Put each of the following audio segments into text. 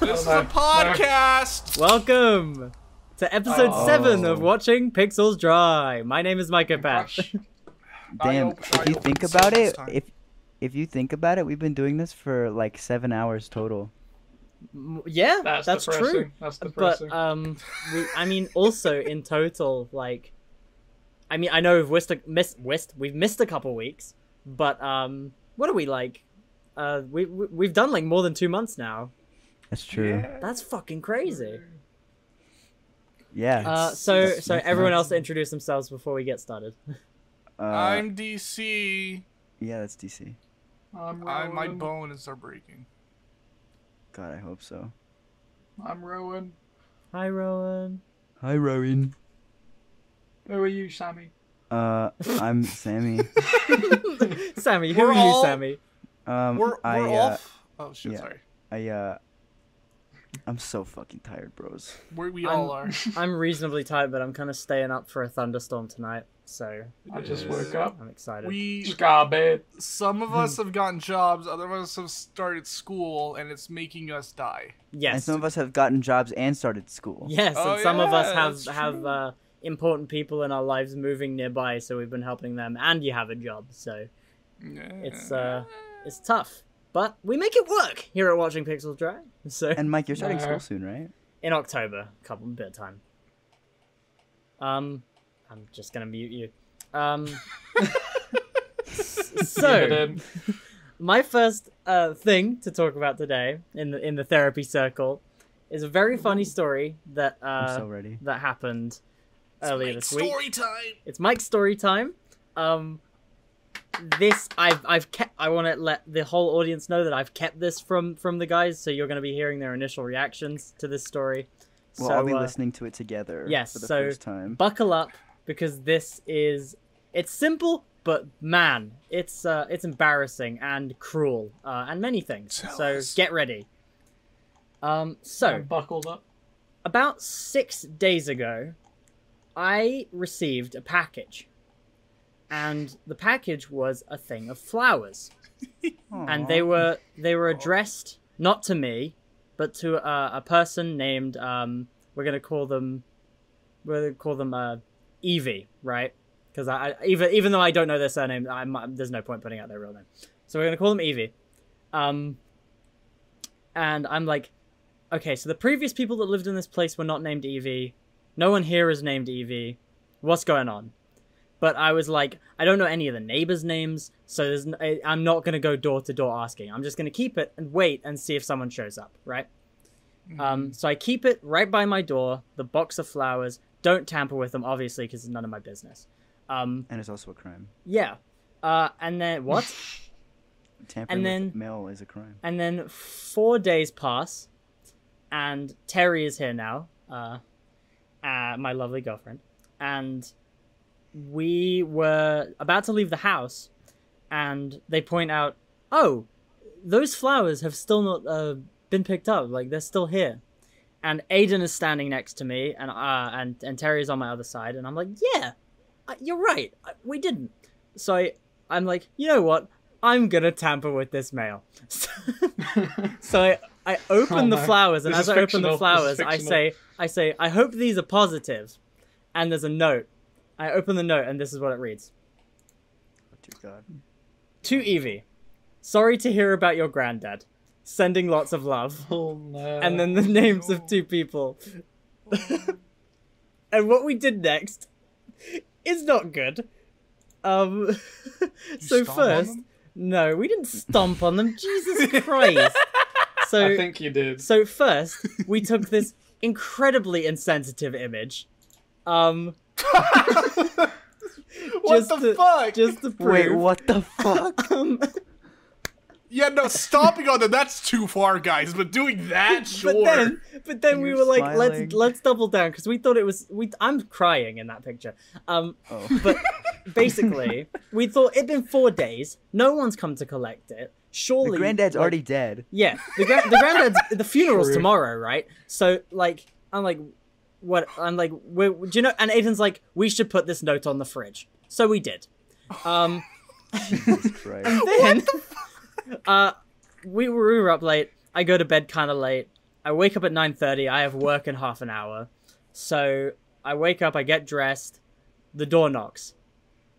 This is Oh, a podcast. Welcome to episode Oh. seven of Watching Pixels Dry. My name is Micah Patch. Damn, hope- I if you hope think it's about this it, time. if if you think about it, we've been doing this for like seven hours total. M- yeah, that's, That's, depressing. true. That's But depressing. um, we, I mean, also in total, like, I mean, I know we've missed, a, missed, missed we've missed a couple weeks, but um, what are we like? Uh, we, we we've done like more than two months now. That's true. That's fucking crazy. Uh, Yeah. it's- so it's so nothing everyone else. else to introduce themselves before we get started. Uh, I'm DC. yeah, that's DC. I'm I, Rowan. my bones are breaking. God, I hope so. I'm Rowan. Hi, Rowan. Hi, Rowan. Who are you, Sammy? Uh, I'm Sammy. Sammy, who We're are you, all- Sammy? Um, We're, I, we're uh, off. Oh shit! yeah. Sorry. I uh, I'm so fucking tired, bros. We're, we I'm- all are. I'm reasonably tired, but I'm kind of staying up for a thunderstorm tonight, so I just Yes. woke up. I'm excited. We Just got out of bed. some of us have gotten jobs, other of us have started school, and it's making us die. And yes, some of us have gotten jobs and started school. yes, Oh, and some of yeah, us that's have have true. uh, important people in our lives moving nearby, so we've been helping them, and you have a job, so it's uh, it's tough, but we make it work here at Watching Pixels Dry. So And Mike, you're starting No. school soon, right? in October, couple bit of time. Um, I'm just gonna mute you. Um, s- so. And then my first uh, thing to talk about today in the in the therapy circle is a very funny story that uh, I'm so ready. that happened earlier Like, this week. story time. It's Mike's story time. Um, this I've I've kept. I want to let the whole audience know that I've kept this from from the guys, so you're going to be hearing their initial reactions to this story. We'll so all be uh, listening to it together. yes, For the so- first time. buckle up because this is it's simple, but man, it's uh, it's embarrassing and cruel uh, and many things. Tell so us. get ready. Um, I'm so buckled up. about six days ago, I received a package, and the package was a thing of flowers, and they Aw. were they were addressed not to me, but to uh, a person named um, we're gonna call them we're gonna call them uh, Evie, right? Because I, I even even though I don't know their surname, I, might- there's no point putting out their real name. So we're gonna call them Evie. Um, and I'm like, okay, so the previous people that lived in this place were not named Evie. No one here is named Evie. What's going on? But I was like, I don't know any of the neighbors' names, so there's n- I, I'm not gonna go door to door asking. I'm just gonna keep it and wait and see if someone shows up, right? Um, so I keep it right by my door, the box of flowers. Don't tamper with them, obviously, because it's none of my business. Um, And it's also a crime. yeah. Uh, and then what? Tampering And with then- mail is a crime. And then four days pass, and Terry is here now, uh, uh, my lovely girlfriend. And we were about to leave the house, and they point out, oh, those flowers have still not uh, been picked up. Like, they're still here. And Aiden is standing next to me, and uh, and and Terry is on my other side, and I'm like, yeah, uh, you're right, uh, we didn't. So I, I'm like, you know what? I'm gonna tamper with this mail. So, so I, I open Oh no. the flowers, and This as is I open fictional. the This is flowers, I fictional. say, I say, I hope these are positive. And there's a note. I open the note, and this is what it reads: Oh, dear God. To Evie, sorry to hear about your granddad. Sending lots of love. Oh no. And then the names of no. two people. And what we did next is not good. Um, so stomp on first, them? no, we didn't stomp on them. Jesus Christ! So I think you did. so first, we took this incredibly insensitive image. Um, what just the to- fuck? just to prove. Wait, what the fuck? Um, Yeah, no, stomping on them—that's too far, guys. But doing that, sure. But then, but then we You're were like, smiling. let's let's double down because we thought it was we. I'm crying in that picture. Um, Oh. but basically, we thought it'd been four days. No one's come to collect it. Surely, The granddad's like- already dead. Yeah, the, gra- the granddad's the funeral's True. tomorrow, right? So like, I'm like, what? I'm like, we're, do you know? And Aiden's like, we should put this note on the fridge. So we did. Um, Jesus Christ. then, uh, we were, we were up late. I go to bed kind of late. I wake up at 9:30. I have work in half an hour. So I wake up, I get dressed, the door knocks.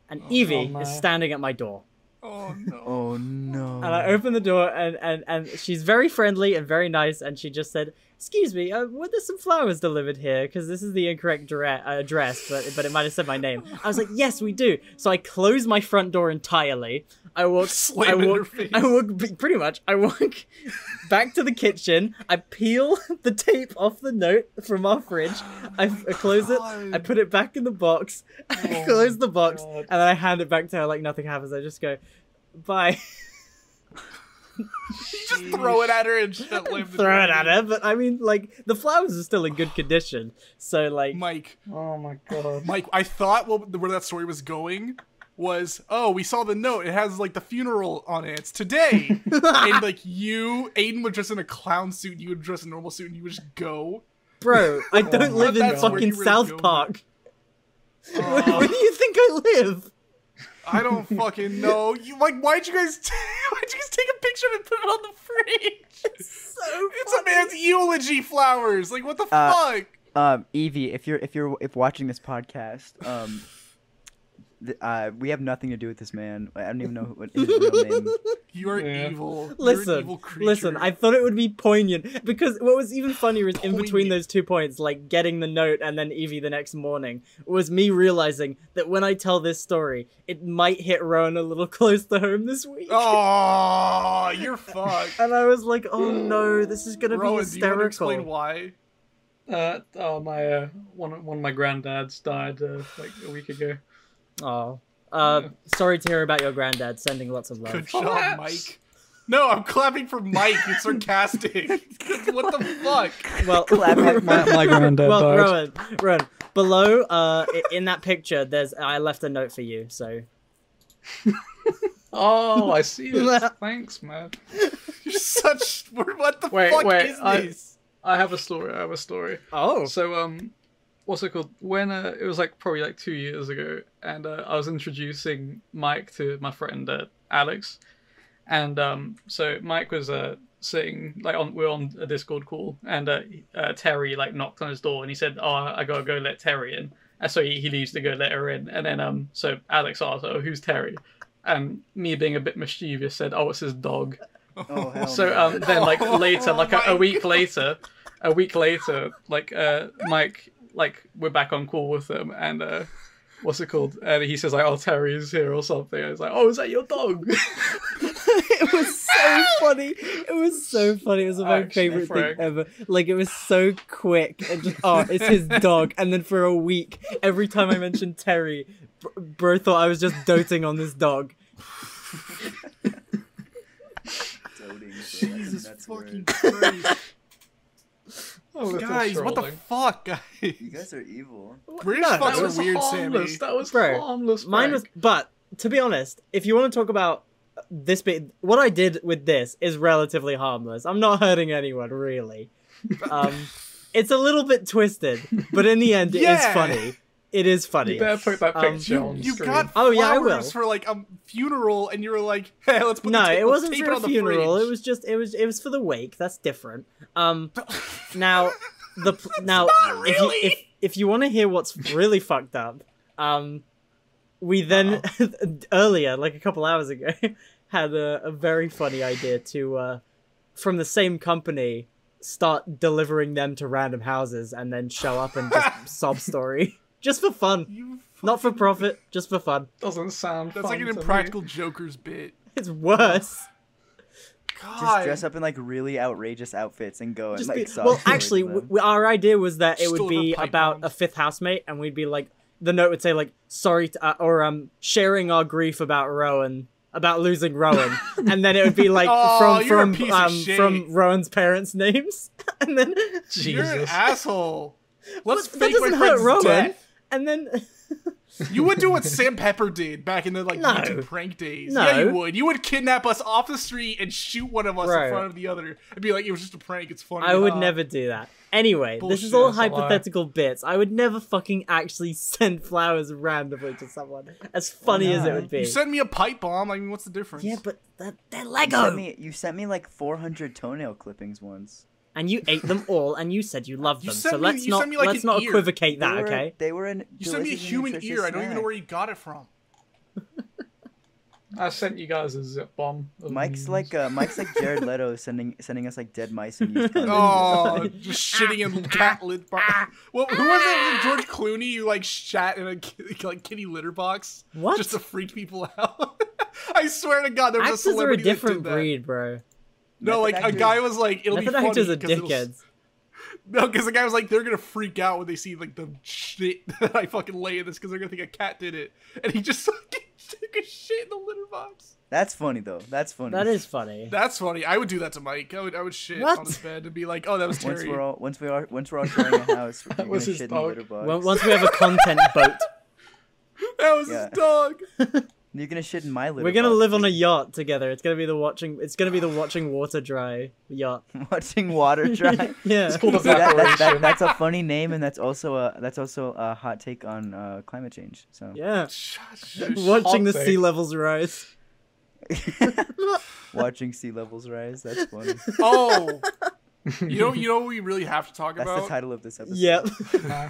And Evie my. is standing at my door. Oh no. Oh no. And I open the door and, and, and she's very friendly and very nice and she just said, "Excuse me, uh, were there some flowers delivered here because this is the incorrect dra- uh, address, but but it might have said my name." I was like, "Yes, we do." So I close my front door entirely. I walk Slam I it in walk her face. I walk b- pretty much. I walk back to the kitchen. I peel the tape off the note from our fridge. I, I close it. I God. put it back in the box. I Oh close my the box God. and then I hand it back to her like nothing happens. I just go, "Bye." Just throw it at her and shit. Throw it at her, but I mean, like the flowers are still in good condition. So like, Mike, Oh my god. Mike, I thought well, where that story was going was, oh, we saw the note. It has like the funeral on it. It's today. and like you, Aiden would dress in a clown suit. You would dress in a normal suit, and you would just go. bro, I don't Oh, live in that's where fucking you were South going. Park. Where, Oh. where do you think I live? I don't fucking know. You like, why'd you guys? T- why'd you guys take a picture and put it on the fridge? So It's a man's eulogy flowers. Like, what the Uh, fuck? Um, Evie, if you're if you're if watching this podcast, um, th- uh, we have nothing to do with this man. I don't even know what his real name. You are Yeah. evil. You're an Listen, evil creature. listen. I thought it would be poignant because what was even funnier is in between Poignant. those two points, like getting the note and then Evie the next morning, was me realizing that when I tell this story, it might hit Rowan a little close to home this week. Oh, you're fucked. And I was like, oh no, this is gonna be Rowan, do you want to hysterical. explain why? Uh, oh my! Uh, one one of my granddads died uh, like a week ago. Oh. Uh, Yeah. sorry to hear about your granddad. Sending lots of love. Good job, Claps. Mike. No, I'm clapping for Mike. It's sarcastic. what the fuck? Well, Clap at My, my granddad well, died. Rowan, Rowan, below, uh, i- in that picture, there's I left a note for you. So Oh, I see it. Thanks, man. You're such. What the Wait, fuck wait, is uh, I- this? I have a story. I have a story. oh, So um, what's it called? When uh, it was like probably like two years ago, and uh, I was introducing Mike to my friend uh, Alex, and um, so Mike was uh sitting like on we are on a Discord call, and uh, he- uh Terry like knocked on his door, and he said, "Oh, I gotta go let Terry in." And so he, he leaves to go let her in, and then um, so Alex asked, "Oh, who's Terry?" And me being a bit mischievous said, "Oh, it's his dog." Oh, hell So no. um, then like Oh later, like a, my a week later, a week later, like uh, Mike, like we're back on call with them, and uh, what's it called? And he says like, "Oh, Terry's here" or something. I was like, "Oh, is that your dog?" it was so funny. It was so funny. It was my Action favorite Frank. thing ever. Like it was so quick. And just, oh, it's his dog. And then for a week, every time I mentioned Terry, br- bro thought I was just doting on this dog. Jesus fucking Christ. Oh, little guys, what the trolling. fuck, guys? guys are evil. British No, fucks that are was weird, Sammy. harmless. That was Bro, harmless. Mine was, Frank. but to be honest, if you want to talk about this bit, what I did with this is relatively harmless. I'm not hurting anyone really. Um, it's a little bit twisted, but in the end, it is Yeah. funny. It is funny. You better put that Um, picture You, on you screen. got Oh, yeah, I will. flowers for like a funeral, and you were like, "Hey, let's put the no, tape, it wasn't let's tape for it a on the funeral. fridge. It was just it was it was for the wake. That's different. Um, now the pl- now not if, really. you, if if you want to hear what's really fucked up, um, we then earlier like a couple hours ago had a, a very funny idea to uh, from the same company start delivering them to random houses and then show up and just sob story just for fun, You not for fucking- profit, just for fun. doesn't sound. That's fun like an to me. impractical Joker's bit. It's worse. God. Just dress up in like really outrageous outfits and go and Just like. be- sob well, story to actually, them. w- w- our idea was that it Just would deliver be pipe about bombs. a fifth housemate, and we'd be like, the note would say like, sorry, to, uh, or um, sharing our grief about Rowan, about losing Rowan, and then it would be like Aw, from you're a from piece of um, shit. from Rowan's parents' names, and then You're an Jesus. asshole. Let's fake But that my doesn't hurt friend's Rowan. death. Oh and then You would do what Sam Pepper did back in the like No. YouTube prank days. No. Yeah, you would. You would kidnap us off the street and shoot one of us Right. in front of the other. It'd be like it was just a prank. It's funny. Uh, I would huh?" never do that. Anyway, this is Bullshit, all that's a lie. hypothetical bits. I would never fucking actually send flowers randomly to someone. As funny as it not? would be. You send me a pipe bomb. I mean, what's the difference? yeah, but they're, they're You Lego. sent me, you sent me like 400 toenail clippings once. and you ate them all, and you said you loved You them. sent So me- let's you not sent me, like, let's an not ear. equivocate that, They were- okay? They were in. You sent me a human ear. I don't even know where you got it from. I sent you guys a zip bomb. Mm. of Mm. Mike's memes. like uh, Mike's like Jared Leto sending sending us like dead mice and used Oh, just shitting in cat litter box. Well, who was it? Was it George Clooney who like shat in a ki- like kitty litter box? What? Just to freak people out. I swear to God, there was a Actors are a celebrity different that did breed, bro. That. No, like Method a actors- guy was like, "It'll Method be funny." actors are 'cause it'll- dickheads. No, because the guy was like, "They're gonna freak out when they see like the shit that I fucking lay in this, because they're gonna think a cat did it." And he just fucking took a shit in the litter box. That's funny though. That's funny. That is funny. That's funny. I would do that to Mike. I would, I would shit What? on his bed and be like, "Oh, that was Once Terry." we're all once we are once we're all sharing a house, we're gonna was his shit in the dog. litter box. Once once we have a content boat, that was Yeah. his dog. You're gonna shit in my litter. we're gonna box. live on a yacht together. It's gonna be the watching. It's gonna be the watching water dry yacht. watching water dry. yeah. It's called Dude, that- that- that- evaporation. that's a funny name, and that's also a that's also a hot take on uh, climate change. So Yeah. Shut- shut- Watching the Hot sea take. levels rise. watching sea levels rise, that's funny. Oh, you know, you know, what we really have to talk That's the about. title of this episode. Yep. Nah.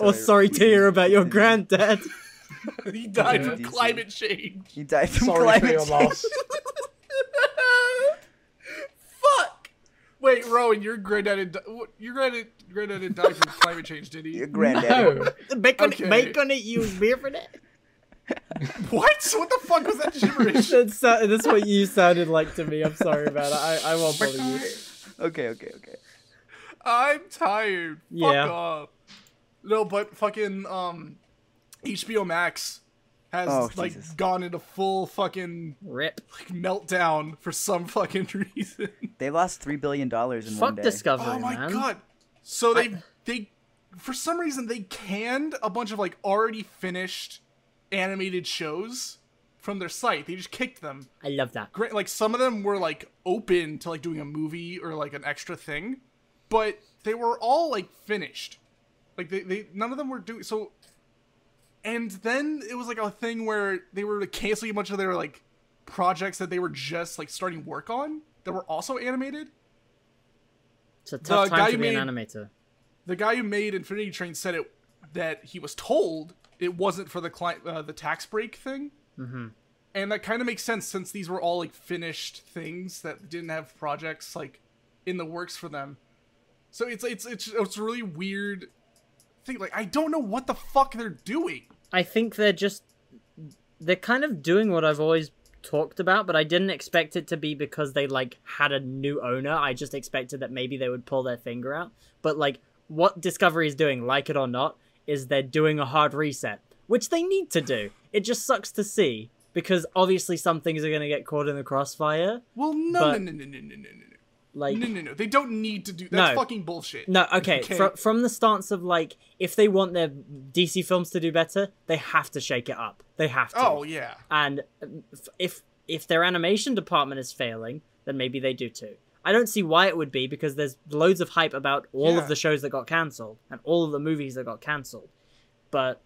Oh, sorry to hear about your granddad. he died from Yeah. climate change. He died from Sorry for climate your change. loss. Fuck. Wait, Rowan, your granddad, had, di- what- your granddad, granddad had died from climate change, did he? Your granddaddy. No. Bacon, Okay. bacon, it used beer for that. What? What the fuck was that gibberish? That's, so- that's what you sounded like to me. I'm sorry about it. I, I won't bother you. Okay, okay, okay. I'm tired. Yeah. Fuck off. No, but fucking um, HBO Max has Oh, like Jesus. gone into full fucking Rip. like meltdown for some fucking reason. They lost three billion dollars in one Fuck day. Discovery, Oh my man. god! So they I- they for some reason they canned a bunch of like already finished animated shows from their site. They just kicked them. I love that. Great, like some of them were like open to like doing a movie or like an extra thing, but they were all like finished. Like they, they none of them were doing so. And then it was like a thing where they were canceling a bunch of their like projects that they were just like starting work on that were also animated. It's a tough The time guy to be an made- animator. the guy who made Infinity Train said it that he was told it wasn't for the cli- uh, the tax break thing, hmm and that kind of makes sense since these were all like finished things that didn't have projects like in the works for them. So it's it's it's it's a really weird thing. Like I don't know what the fuck they're doing. I think they're just they're kind of doing what I've always talked about, but I didn't expect it to be because they like had a new owner. I just expected that maybe they would pull their finger out. But like what Discovery is doing, like it or not, is they're doing a hard reset, which they need to do. It just sucks to see because obviously some things are going to get caught in the crossfire. Well, no, But- no, no, no, no, no, no, no. Like no, no, no. They don't need to do that's No. fucking bullshit. No, okay. Okay. Fro- from the stance of like, if they want their DC films to do better, they have to shake it up. They have to. Oh yeah. And um, f- if if their animation department is failing, then maybe they do too. I don't see why it would be because there's loads of hype about all Yeah. of the shows that got cancelled and all of the movies that got cancelled. But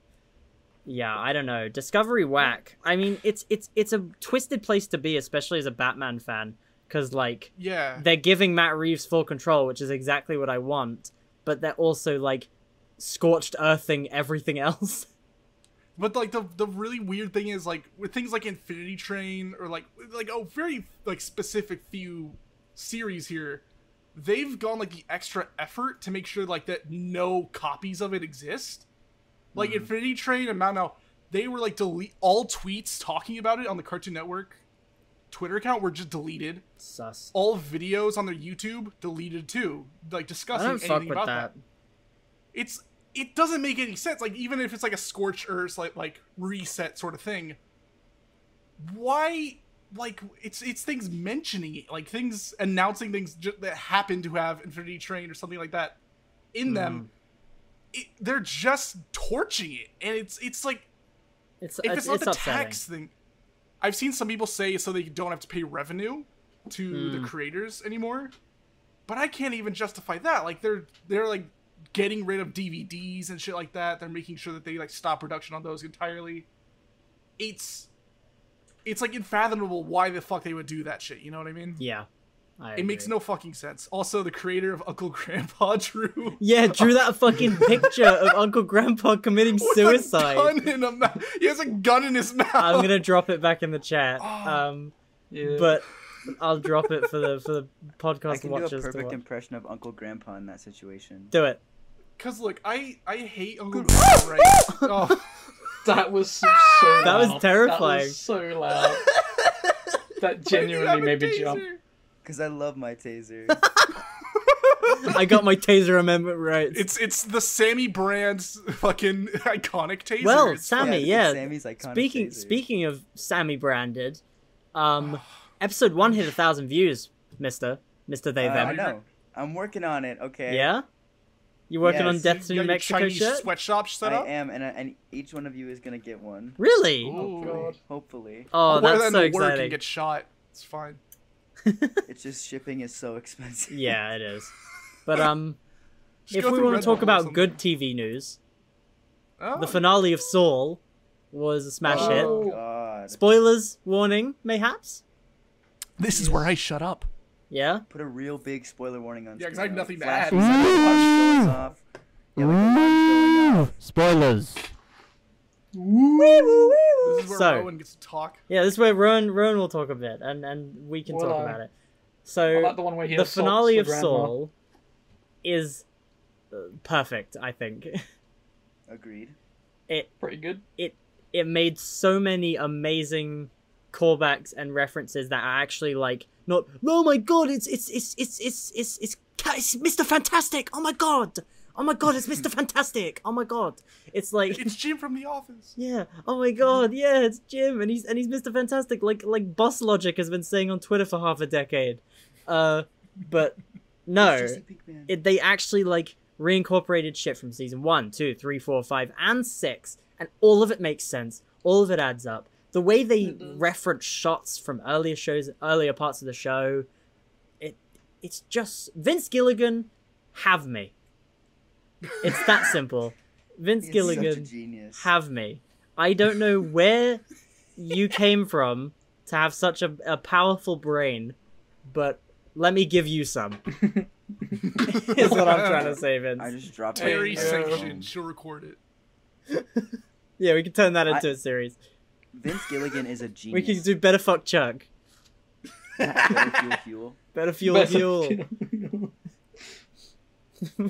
yeah, I don't know. Discovery whack. I mean, it's it's it's a twisted place to be, especially as a Batman fan, because like Yeah. they're giving Matt Reeves full control, which is exactly what I want, but they're also like scorched earthing everything else. But like the the really weird thing is like with things like Infinity Train or like like a very like specific few series here, they've gone like the extra effort to make sure like that no copies of it exist. Like Mm-hmm. Infinity Train and Mao Mao, they were like delete all tweets talking about it on the Cartoon Network Twitter account were just deleted. Sus. All videos on their YouTube deleted too, like I discussing don't anything fuck with about that. it's it doesn't make any sense. Like even if it's like a scorch earth like like reset sort of thing, why like it's it's things mentioning it, like things announcing things ju- that happen to have Infinity Train or something like that in them. It, they're just torching it, and it's it's like It's if it's, it's, it's, not the upsetting. tax thing, I've seen some people say so they don't have to pay revenue to Hmm. the creators anymore. But I can't even justify that. Like they're they're like getting rid of DVDs and shit like that. They're making sure that they like stop production on those entirely. It's it's like unfathomable why the fuck they would do that shit. You know what I mean? Yeah. I It makes agree. no fucking sense. Also, the creator of Uncle Grandpa Drew. Yeah, drew that fucking picture of Uncle Grandpa committing with a suicide. gun in a mou- he has a gun in his mouth. I'm gonna drop it back in the chat. Oh. Um, Yeah. but I'll drop it for the for the I podcast can do a watchers to perfect watch. impression of Uncle Grandpa in that situation. Do it. Cause look, I I hate Uncle Grandpa. Right? Oh, that was so, so loud. That was That terrifying. was so loud. That genuinely made me jump. Cause I love my taser. I got my taser amendment right. It's it's the Sammy Brand's fucking iconic taser. Well, It's Sam- Sammy, it's yeah. Sammy's iconic speaking taser. speaking of Sammy branded, um, episode one hit a thousand views, Mister Mister Uh, They I Them. know. I'm working on it. Okay. Yeah, you working on Yes. fucking- you Death to got New your Mexico Chinese shit? sweatshop set I up. am, and I, and each one of you is gonna get one. Really? Ooh. Oh god. Hopefully, Oh, I'll wear that's that so to work and exciting. get shot. It's fine. it's just shipping is so expensive. Yeah, it is. But um, Just if go we through want Red to talk Bull or about something. good TV news, Oh, the finale of Saul was a smash Oh. hit. God. Spoilers warning, mayhaps. this is where I shut up. Yeah. Put a real big spoiler warning on. Yeah, 'cause screen. I had nothing to Flashes, add. like, alarms Mm. going off. Yeah, like, alarms going off. Spoilers. This is where So- Rowan gets to talk. Yeah, this is where Rowan, Rowan will talk a bit, and, and we can talk Well, uh, about it. I So like the one where he the assaults finale the of grandma. Soul is uh, perfect. I think Agreed. Pretty good. it made so many amazing callbacks and references that are actually like not. Oh my god! It's it's it's it's it's it's it's, Ca- it's Mr. Fantastic! Oh my god! Oh my god! It's Mr. Fantastic! Oh my god! It's like It's Jim from The Office. Yeah. Oh my god. Yeah, it's Jim, and he's and he's Mr. Fantastic. Like like Boss Logic has been saying on Twitter for half a decade. Uh, but It's no, just a pink man. it, they actually like reincorporated shit from season one, two, three, four, five, and six, and all of it makes sense. All of it adds up. The way they reference shots from earlier shows, earlier parts of the show, it it's just Vince Gilligan, have me. It's that simple. Vince He's Such a Gilligan genius. have me. I don't know where you came from to have such a, a powerful brain, but let me give you some. is what I'm trying to say, Vince. I just dropped Terry my There you go. sanctioned. She'll record it. Yeah, we can turn that I- into a series. Vince Gilligan is a We genius. can do better fuck Chuck. better fuel, fuel, Better fuel Better- fuel.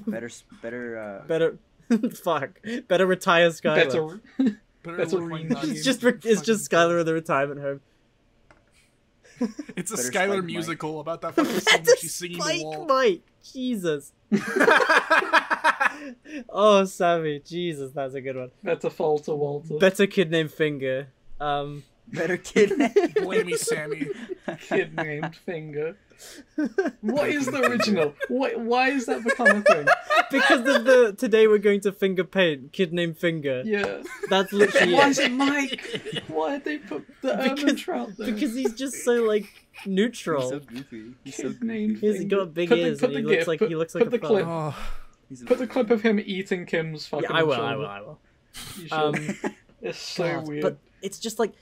better, s- better. Uh, Better fuck. Better retire Skylar. Better. Better That's a look like remix. that. It's just re- it's just Fucking- Skylar in the retirement home. It's a Better Skylar Spike musical about that fucking song That's that a she's singing the Spike wall. Mike. Jesus. oh, Sammy. Jesus, that's a good one. Better Falter Walter. Better kid named Finger. Um, better kid. Blamey Sammy. kid named Finger. What is the original? What, why has that become a thing? because of the today we're going to finger paint kid named Finger. Yeah. That's literally Why it. is it Mike? Why did they put the urban Because- trout there? because he's just so like He's neutral. so goofy. He's so Kid goofy. named He's Finger. got big Put the- ears put and the he looks gif, like put- he looks put like a the fuck. clip. Oh, He's a- Put the clip of him eating Kim's fucking yeah, I will, I shoulder. will, I will. You should. Um, it's so God, weird. But it's just like,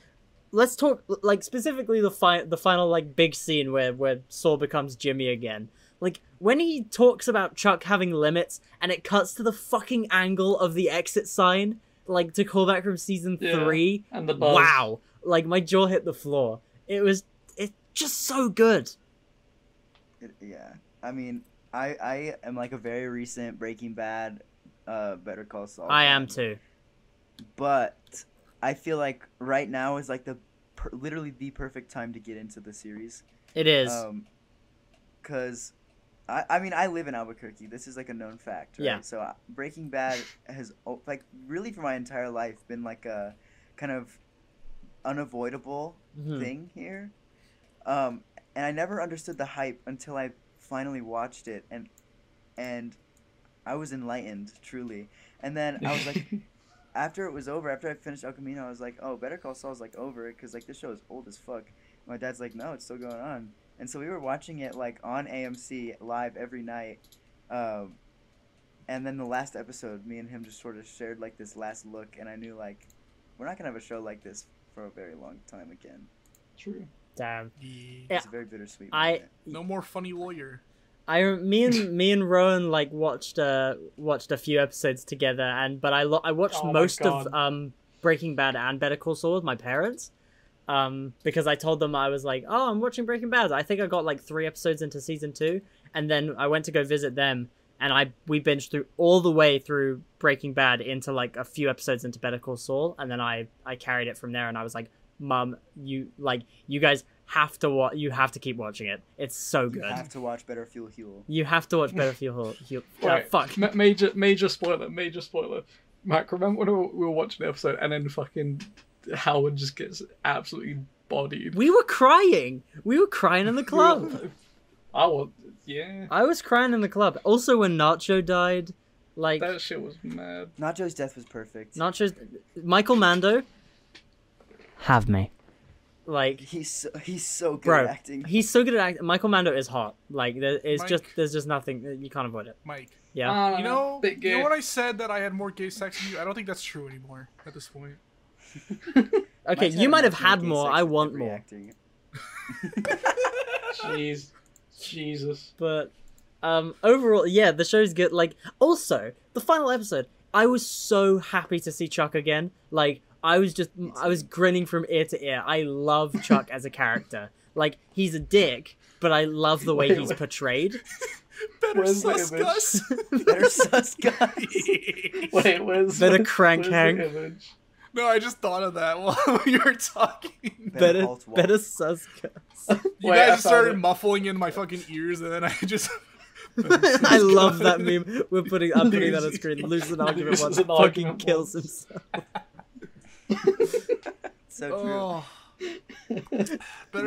let's talk like specifically the fi- the final like big scene where where Saul becomes Jimmy again. Like when he talks about Chuck having limits, and it cuts to the fucking angle of the exit sign, like to call back from season Yeah. three. And the buzz. Wow. Like my jaw hit the floor. It was it's just so good. It- yeah i mean i i am like a very recent breaking bad uh better call saul I am fan, too. but i feel like right now is like the per- literally the perfect time to get into the series It is. um because I, I mean i live in albuquerque this is like a known fact right? Yeah. so uh, breaking bad has o- like really for my entire life been like a kind of unavoidable Mhm. thing here. Um, and I never understood the hype until I finally watched it, and and I was enlightened truly. And then I was like, after it was over, after I finished El Camino, I was like, oh, Better Call Saul's like over because like this show is old as fuck. My dad's like, no, it's still going on. And so we were watching it like on AMC live every night. Um, and then the last episode, me and him just sort of shared like this last look, and I knew like we're not gonna have a show like this for a very long time again. True. Damn. Yeah. Yeah. It's a very bittersweet. I moment. No more funny lawyer. I me and me and Rowan like watched uh watched a few episodes together and but I lo- I watched Oh my most of God. um Breaking Bad and Better Call Saul with my parents. Um because I told them I was like, "Oh, I'm watching Breaking Bad." I think I got like 3 episodes into season 2 and then I went to go visit them and I we binged through all the way through Breaking Bad into like a few episodes into Better Call Saul and then I I carried it from there and I was like, "Mum, you like you guys have to wa- you have to keep watching it. It's so You good." have to watch Better Fuel Heal. You have to watch Better Fuel. Heal. Uh, Alright, Fuck. ma- major, major spoiler, major spoiler. Mike, remember when we were- we were watching the episode and then fucking Howard just gets absolutely bodied. We were crying. We were crying in the club. I was, yeah. I was crying in the club. Also, when Nacho died, like That shit was mad. Nacho's death was perfect. Nacho's Michael Mando. Have me. Like, He's so, he's so good bro, at acting. he's so good at acting. Michael Mando is hot. Like, there is Mike. just there's just nothing you can't avoid it. Mike, Yeah. Uh, I don't you know, Ah, bit you know gay. when I said that I had more gay sex than you? I don't think that's true anymore at this point. okay, Mike's you might have enough had gay more. sex I with want every more. acting. Jeez. Jesus. but um overall yeah the show's good like also the final episode i was so happy to see chuck again like i was just i was grinning from ear to ear i love chuck as a character like he's a dick but i love the way Wait, he's what? portrayed Better Where's the sus image? Gus. Better sus guy. Wait, where's Better where's- crank where's the hang. image? no, I just thought of that while you were talking. better alt wall. better suska You Wait, I guys found started it. muffling in my fucking ears, and then I just. i love that meme we're putting i'm putting that on Loses- screen loses an argument loses once an fucking argument kills once. himself So true. Oh. better, we should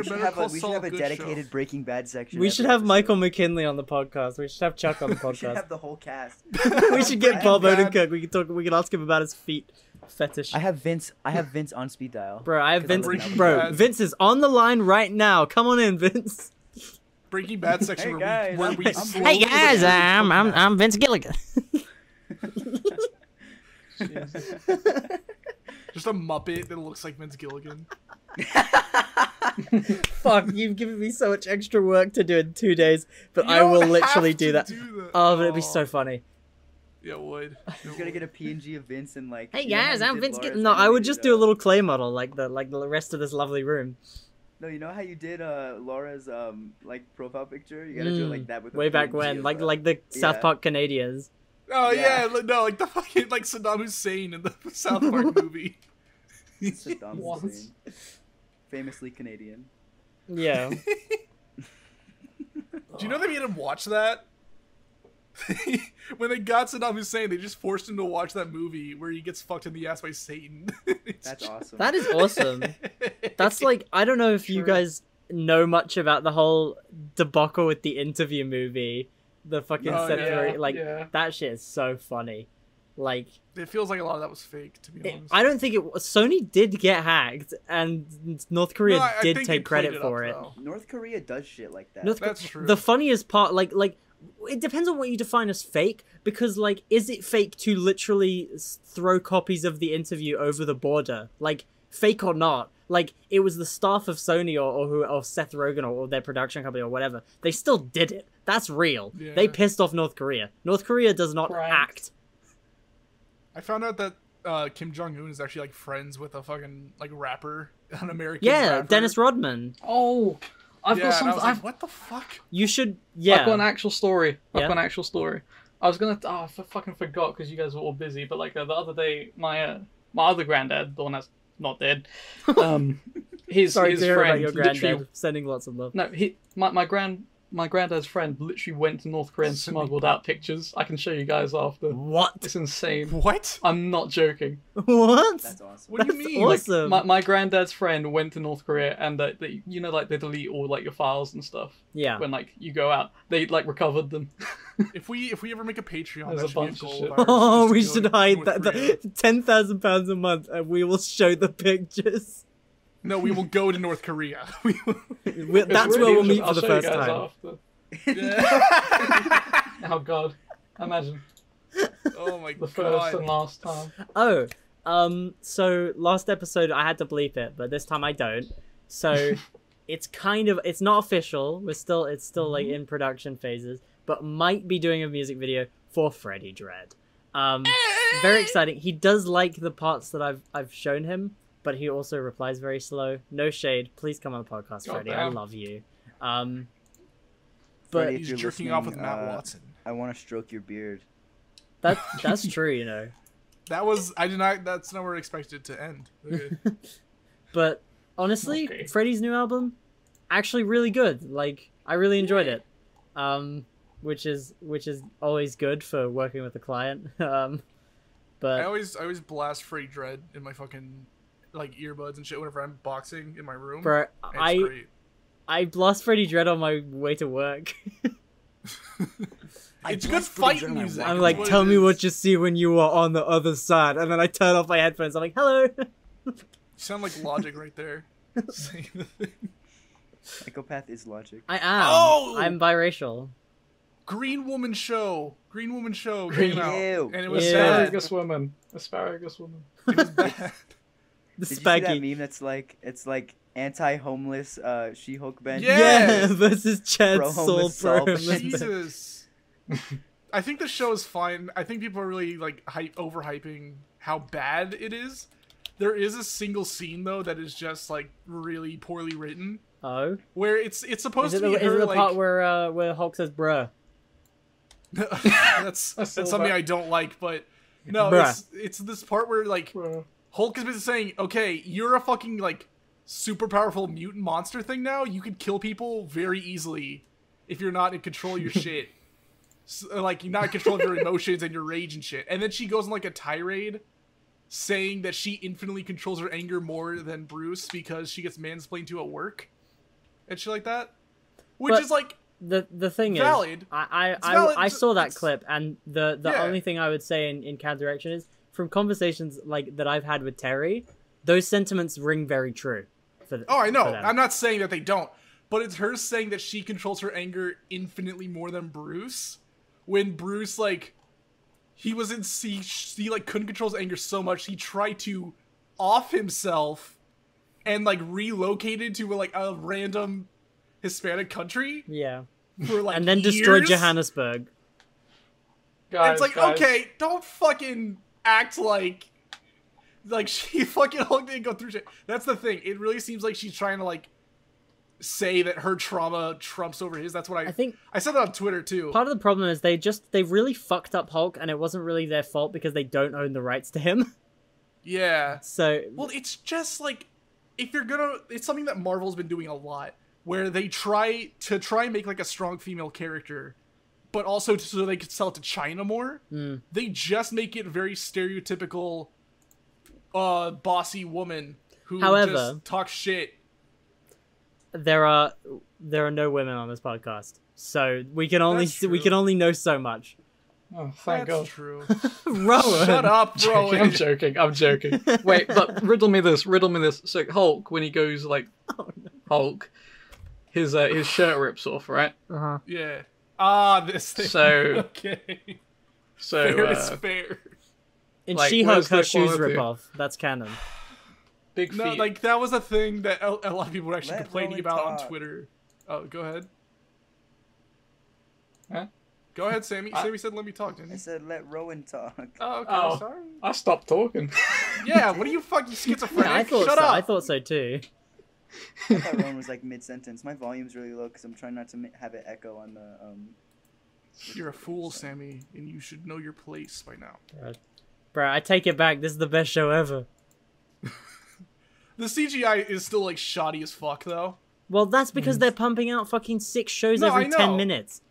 better have a, call we should Saul, have a good dedicated show. Breaking Bad section. we every should have episode. michael mckinley on the podcast we should have chuck on the We should podcast have the whole cast. we should get Breaking Bob Bad. Odenkirk. We can talk. We can ask him about his feet fetish. I have Vince. I have Vince on speed dial. bro, I have Because I'm Vince. Breaking Bro, Bad. Vince is on the line right now. Come on in, Vince. Breaking Bad section where Hey, we, guys, where I'm- we I'm- slowly Hey, guys, look at I'm- I'm- I'm Vince Gilligan. Jesus. just a Muppet that looks like Vince Gilligan. Fuck, you've given me so much extra work to do in two days, but You I will don't literally have do to that. that. Oh, but it'd be Aw. so funny. Yeah, it would. He's gonna get a PNG of Vince and like. Hey you know how guys, you I'm did Vince. Laura's Gilligan. No, I would animated, just do a uh, little clay model, like the like the rest of this lovely room. No, you know how you did uh Laura's um like profile picture. You gotta do it Mm, like that with a Way back PNG when, of, like uh, like the South yeah. Park Canadians. Oh Yeah. yeah. li- no, like the fucking like Saddam Hussein in the South Park movie. Saddam What? Hussein. famously Canadian. Yeah. Do you know they made him watch that? when they got Saddam Hussein, they just forced him to watch that movie where he gets fucked in the ass by Satan. It's That's just- awesome. That is awesome. That's like I don't know if you True. guys know much about the whole debacle with the interview movie, the fucking Oh, Senator. yeah, like yeah. that shit is so funny. Like It feels like a lot of that was fake, to be it- honest. I don't think it was Sony did get hacked, and North Korea No, I- I did think they take played credit up, for it. though. North Korea does shit like that. North- That's true. The funniest part, like like it depends on what you define as fake, because like is it fake to literally s- throw copies of the interview over the border, like fake or not? Like it was the staff of Sony or or, who, or Seth Rogen or, or their production company or whatever. They still did it. That's real. They Yeah. pissed off North Korea. North Korea does not Right. act. I found out that uh, Kim Jong Un is actually like friends with a fucking like rapper, an American. Yeah, rapper. Dennis Rodman. Oh, I've got yeah, and I something. was I've, like, what the fuck? You should. I've got an Yeah. actual story. I've Yeah. got an actual story. I was gonna. Oh, I f- fucking forgot because you guys were all busy. But like uh, the other day, my uh, my other granddad, the one that's not dead, um, his Sorry his to hear about friend your literally. granddad. Sending lots of love. No, he my my grand my granddad's friend literally went to North Korea and smuggled out pictures. I can show you guys after. What? It's insane. What? I'm not joking. what? That's awesome. What do you That's mean? awesome. My my granddad's friend went to North Korea and uh, they, you know like they delete all like your files and stuff Yeah. when like you go out. They like recovered them. If we if we ever make a Patreon, There's that a should bunch be of a goal shit. of ours, Oh, just to we go should to hide North that. Korea. that Ten thousand pounds a month, and we will show the pictures. No, we will go to North Korea. We will... We- It's that's really where we'll meet interesting. for I'll the show you first guys time. after. Yeah. Oh god, imagine oh my the first and god. last time. Oh, um, so last episode I had to bleep it, but this time I don't. So, it's kind of it's not official. We're still it's still like in production phases, but might be doing a music video for Freddy Dread. Um, very exciting. He does like the parts that I've I've shown him, but he also replies very slow. No shade. Please come on the podcast, God Freddy. I damn. love you. Um, Freddy, but if He's you're jerking off with listening, Matt uh, Watson. I want to stroke your beard. that that's true, you know. That was I did not. That's not where I expected it to end. Okay. But honestly, Okay. Freddy's new album actually really good. Like I really enjoyed it. Um which is which is always good for working with a client. Um I but always I always blast Free Dread in my fucking like earbuds and shit whenever I'm boxing in my room. bro, It's I great. I lost Freddy Dread on my way to work. I It's good blast fight Freddy Dread and I music. walk I'm is That's like, what tell it me is. what you see when you are on the other side, and then I turn off my headphones. I'm like, hello. You sound like Logic right there. Saying the thing. Psychopath is logic. I am. Oh! I'm biracial. Green Woman Show. Green Woman Show Green- came out, Ew. and it was Ew. sad. Asparagus woman. Asparagus woman. It was bad. The Did you see Spaggy. that meme that's like it's like anti-homeless uh, She-Hulk Ben? Yeah. Yeah, versus Chad Bro, Soul homeless Pro. soul. Homeless- Jesus. I think the show is fine. I think people are really like hype overhyping how bad it is. There is a single scene though that is just like really poorly written, Oh, where it's it's is supposed it to the, be is her it the like part where uh, where Hulk says "bruh"? that's That's that's, so something bad. I don't like, but no, Bruh. it's it's this part where like Bruh. Hulk is basically saying, okay, you're a fucking like super powerful mutant monster thing now. You could kill people very easily if you're not in control of your shit. So, like you're not in control of your emotions and your rage and shit. And then she goes on like a tirade saying that she infinitely controls her anger more than Bruce because she gets mansplained to at work and shit like that. Which But- is like the the thing is Valid. I I, I, valid, I it's- saw that it's- clip and the the Yeah. only thing I would say in in Cat direction is from conversations like that I've had with Terry, those sentiments ring very true. For the, Oh, I know. for them. I'm not saying that they don't, but it's her saying that she controls her anger infinitely more than Bruce. When Bruce, like, he was in he, he like couldn't control his anger so much, he tried to off himself and like relocated to like a random Hispanic country Yeah, for like and then destroyed years. Johannesburg. Guys, And it's like, guys. okay, don't fucking act like like she fucking Hulk didn't go through shit. That's the thing. It really seems like she's trying to like say that her trauma trumps over his. That's what I I think I said that on Twitter too. part of the problem is they just they really fucked up Hulk, and it wasn't really their fault because they don't own the rights to him. Yeah. So Well, it's just like if you're gonna, it's something that Marvel's been doing a lot, where they try to try and make like a strong female character, but also to, so they could sell it to China more. Mm. They just make it very stereotypical, uh, bossy woman who However- just talks shit. there are there are no women on this podcast, so we can only That's s- we true. can only know so much. Oh, That's thank God. true. Rowan, Shut up, bro. Joking, I'm joking. I'm joking. Wait, but riddle me this. Riddle me this. So Hulk, when he goes like Oh, Hulk, his uh, his shirt rips off, right? Uh-huh. yeah. Ah, this thing. So okay. so Fair is uh, fair. In Like, She-Hulk, where's her the shoes quality? rip off. That's canon. big feet. No, like that was a thing that a, a lot of people were actually Let complaining Roland about on talk. Twitter. Oh, go ahead. Huh? Go ahead, Sammy. I- Sammy said, "Let me talk." Didn't I he? said let Rowan talk. Oh, okay. Oh. Sorry. I stopped talking. Yeah. What are you fucking schizophrenic? Yeah, I thought Shut so. up. I thought so too. I thought Rowan was like mid-sentence. My volume's really low because I'm trying not to mi- have it echo on the um. You're a fool, Sam. Sammy, and you should know your place by now. Bruh, I take it back. This is the best show ever. The CGI is still like shoddy as fuck, though. Well, that's because they're pumping out fucking six shows Mm. No, every I ten know. minutes.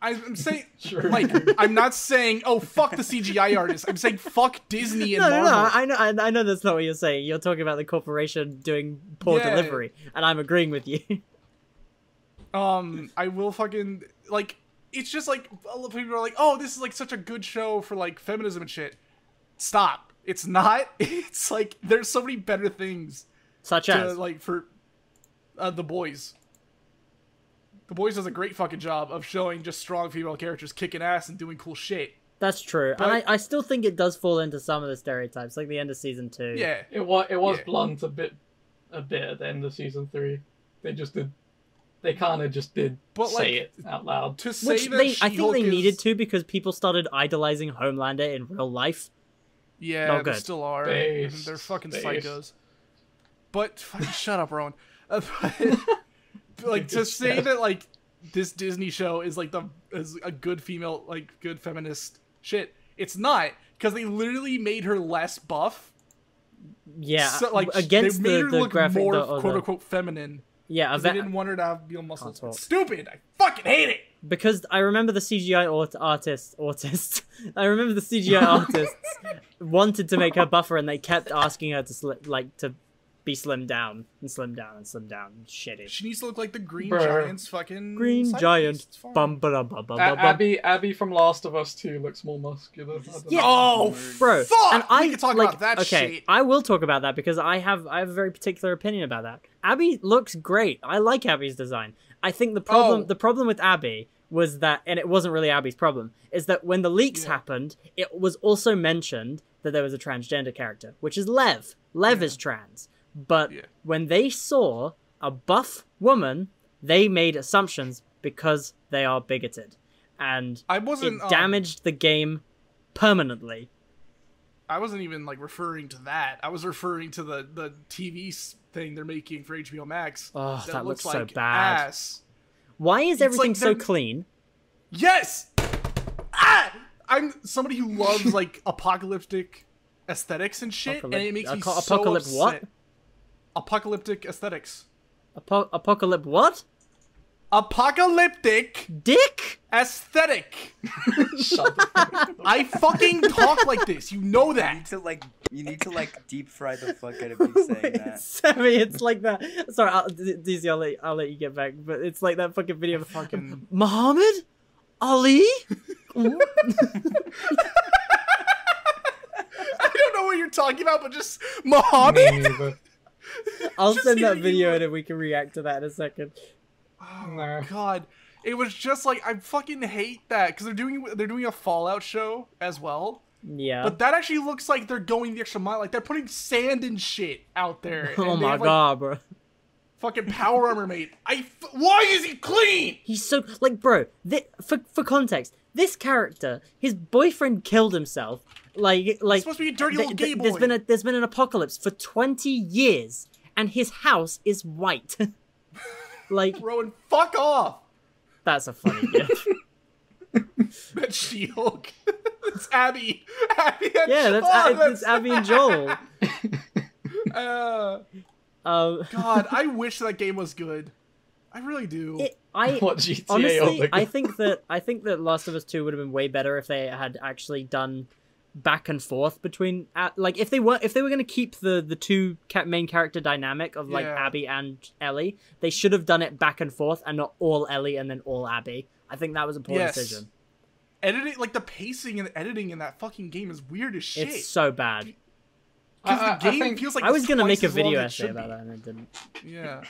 I- I'm saying, Sure. like, I'm not saying, oh fuck the CGI artist. I'm saying fuck Disney and No, no, Marvel. no. I know. I, I know that's not what you're saying. You're talking about the corporation doing poor Yeah. delivery, and I'm agreeing with you. um i will fucking like it's just like a lot of people are like oh this is like such a good show for like feminism and shit stop it's not it's like there's so many better things Such to as like for uh, the boys the boys does a great fucking job of showing just strong female characters kicking ass and doing cool shit that's true, and I, I still think it does fall into some of the stereotypes, like the end of season two. yeah it was it was Yeah. blunt a bit, a bit at the end of season three. They just did. They kind of just did But, say like, it out loud. to say Which that they, I think She-Hulk they is- needed to because people started idolizing Homelander in real life. Yeah, No they good. still are. Based, They're fucking based. psychos. But fucking shut up, Rowan. Uh, but- like to say that like this Disney show is like the is a good female like good feminist shit. It's not because they literally made her less buff. Yeah, so, like against they made the, her the look graphic, more the, or the- quote unquote feminine. yeah, 'cause eva- they didn't want her to have real muscles. talk. It's stupid. I fucking hate it. because I remember the CGI art- artist, artist. I remember the CGI artists wanted to make her buffer, and they kept asking her to sli- like to be slimmed down and slim down and slim down. Shitty. She needs to look like the Green Bruh. Giant's fucking Green side giant. piece. It's fine. Uh, Bum ba bum bum A- bum. bum. Abby, Abby from Last of Us Two looks more muscular. I don't Yeah. know. Oh, bro. Fuck! And We I could talk like, about that okay, shit. I will talk about that because I have I have a very particular opinion about that. Abby looks great. I like Abby's design. I think the problem Oh. the problem with Abby was that, and it wasn't really Abby's problem, is that when the leaks Yeah. happened, it was also mentioned that there was a transgender character, which is Lev. Lev is trans, but Yeah. when they saw a buff woman, they made assumptions because they are bigoted, and I wasn't it um, damaged the game permanently. I wasn't even like referring to that. I was referring to the the TV s- thing they're making for HBO Max. Oh, that looks so like bad. Ass. Why is like everything so them- clean? Yes. Ah! I'm somebody who loves like apocalyptic aesthetics and shit, and it Apocalyp- makes me aco- so apocalypse upset. what? Apocalyptic aesthetics. Apo- apocalypse what? Apocalyptic Dick? aesthetic. Shut the fuck up. I fucking talk like this. You know that. to like you need to like deep fry the fuck out of me saying that. Sammy, it's like that. Sorry, I'll, D- DZ, I'll let, I'll let you get back, but it's like that fucking video of Fucking Muhammad? Ali? I don't know what you're talking about, but just Me Muhammad. neither. I'll Just send that hearing you- video and we can react to that in a second. Oh, No. God, it was just like I fucking hate that because they're doing they're doing a Fallout show as well, Yeah. but that actually looks like they're going the extra mile. Like they're putting sand and shit out there. oh and they my have, like, god, bro. fucking power armor mate. I f- why is he clean? He's so like, bro. Thi- for for context, this character, his boyfriend killed himself. Like, like supposed to be a dirty little gay There's boy. been a there's been an apocalypse for twenty years, and his house is white. like, Rowan, fuck off. that's a funny gif. That's She Hulk. That's Abby. Abby and Yeah, that's, Joel, Ab- that's Abby and Joel. Uh, Um, God, I wish that game was good. I really do. it, I What GTA? on honestly, the- I think that I think that Last of Us Two would have been way better if they had actually done back and forth between uh, like if they were if they were going to keep the the two ca- main character dynamic of like Yeah. Abby and Ellie, they should have done it back and forth and not all Ellie and then all Abby. I think that was a poor Yes. decision. Editing, like the pacing and editing in that fucking game is weird as shit. It's so bad. I- Because I- the I game think- feels like I was going to make a video essay about that and I didn't. Yeah.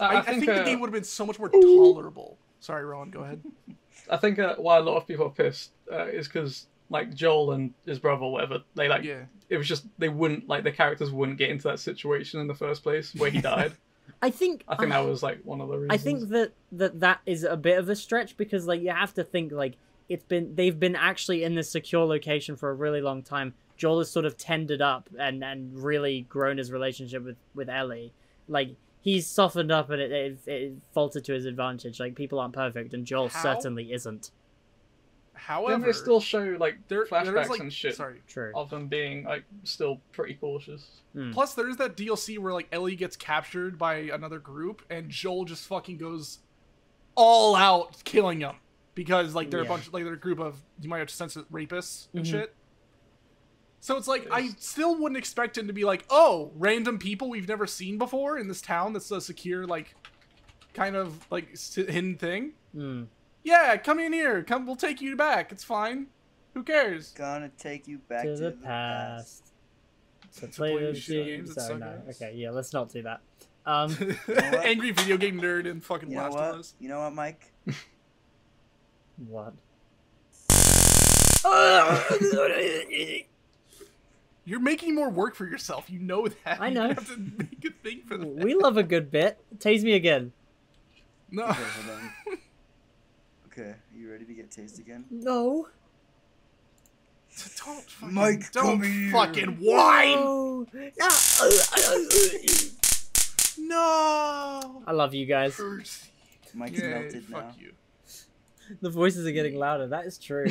I, I, I think, think, the uh, game would have been so much more tolerable. Sorry, Rowan, go ahead. I think uh, why a lot of people are pissed uh, is because like Joel and his brother, or whatever, they like Yeah. it was just they wouldn't like the characters wouldn't get into that situation in the first place where he died. I think I think that was like one of the reasons. I think that, that that is a bit of a stretch because like you have to think like it's been they've been actually in this secure location for a really long time. Joel has sort of tended up and and really grown his relationship with with Ellie. Like he's softened up and it it, it faltered to his advantage. Like people aren't perfect and Joel How? certainly isn't. Didn't However, they still show like there, flashbacks there is like and shit sorry. True. of them being like still pretty cautious. Mm. Plus, there is that DLC where like Ellie gets captured by another group, and Joel just fucking goes all out killing them because like they're Yeah. a bunch like they're a group of you might have to sense it rapists and Mhm. shit. So it's like I still wouldn't expect him to be like, oh, random people we've never seen before in this town that's a secure like kind of like s- hidden thing. Mm. Yeah, come in here. Come, we'll take you back. It's fine. Who cares? Gonna take you back To the past. To To play play the these shitty game- games that suck sorry, no. ass. Okay, yeah, let's not do that. Um, what? Angry video game nerd and fucking You know Last of what? Us. You know what, Mike? what? You're making more work for yourself. You know that. I You know. have to make a thing for that. We love a good bit. Tase me again. no. Okay, hold on. okay, are you ready to get tased again? No. Don't fucking, Mike, don't come here. fucking whine. No. No. I love you guys. Percy. Mike's Yay, melted now. fuck you. The voices are getting louder. That is true.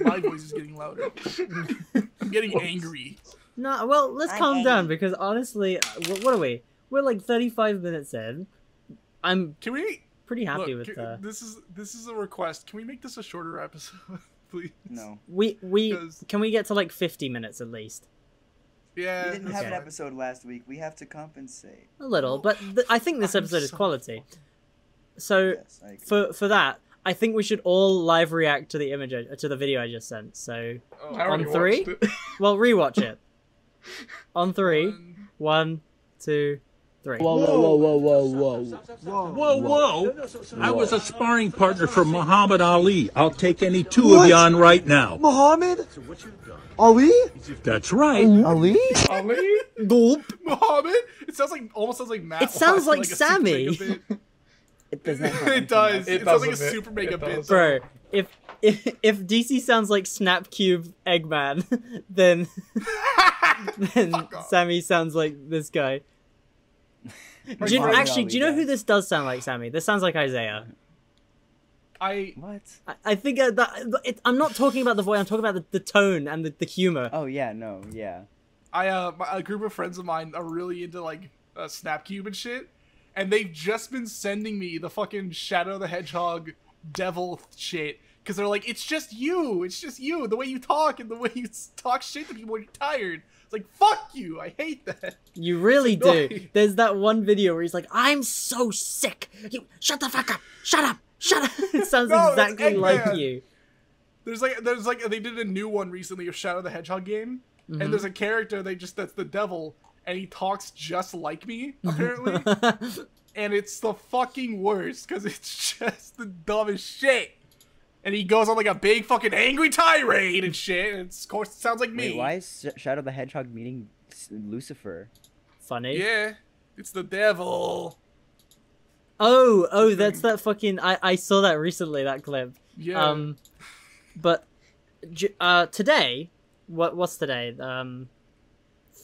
My voice is getting louder. I'm getting angry. No, well, let's I'm calm down angry. because honestly, uh, wh- what are we? We're like 35 minutes in. I'm Can we? pretty happy look, with can- uh this is this is a request. Can we make this a shorter episode, please? No, We we 'Cause- can we get to like 50 minutes at least? Yeah. we didn't that's have an fine. episode last week. We have to compensate. A little, Oh, but th- I think this I'm episode is so quality. So Yes, I agree. for for that, I think we should all live react to the image I, to the video I just sent. So Oh, I already On three? watched it. well, rewatch it. On three, one. one, two, three. Whoa, whoa, whoa, whoa, whoa, whoa. Whoa, whoa! I was a sparring partner for Muhammad Ali. I'll take any two What? of you on right now. Muhammad? Ali? That's right. Ali? Ali? Gulp. Muhammad? It sounds like almost sounds like Matt. It sounds Watson, like a super Sammy. mega bit. It does not. it does. It, It does sounds like a a bit. super mega It bit. does. Bro, if if if DC sounds like Snapcube Eggman, then then off. Sammy sounds like this guy. Or Do you, Muhammad actually, Ali do you know does. who this does sound like, Sammy? This sounds like Isaiah. I What? I, I think uh, that it, I'm not talking about the voice. I'm talking about the, the tone and the, the humor. Oh yeah, no, yeah. I uh my, a group of friends of mine are really into like uh, Snapcube and shit, and they've just been sending me the fucking Shadow the Hedgehog devil shit because they're like, it's just you, it's just you, the way you talk and the way you s- talk shit to people when you're tired. It's like fuck you, I hate that. You really do. annoying. There's that one video where he's like, "I'm so sick. You shut the fuck up. Shut up. Shut up." it sounds No, it's exactly like Eggman. you. There's like there's like they did a new one recently of Shadow the Hedgehog game, Mhm. and there's a character they just that's the devil. And he talks just like me, apparently. and it's the fucking worst because it's just the dumbest shit. And he goes on like a big fucking angry tirade and shit. And it's, of course, it sounds like me. Wait, why is Sh- Shadow the Hedgehog meeting S- Lucifer? Funny. Yeah, it's the devil. Oh, oh, that's that fucking. I I saw that recently. That clip. Yeah. Um, but j- uh, today, what what's today? Um,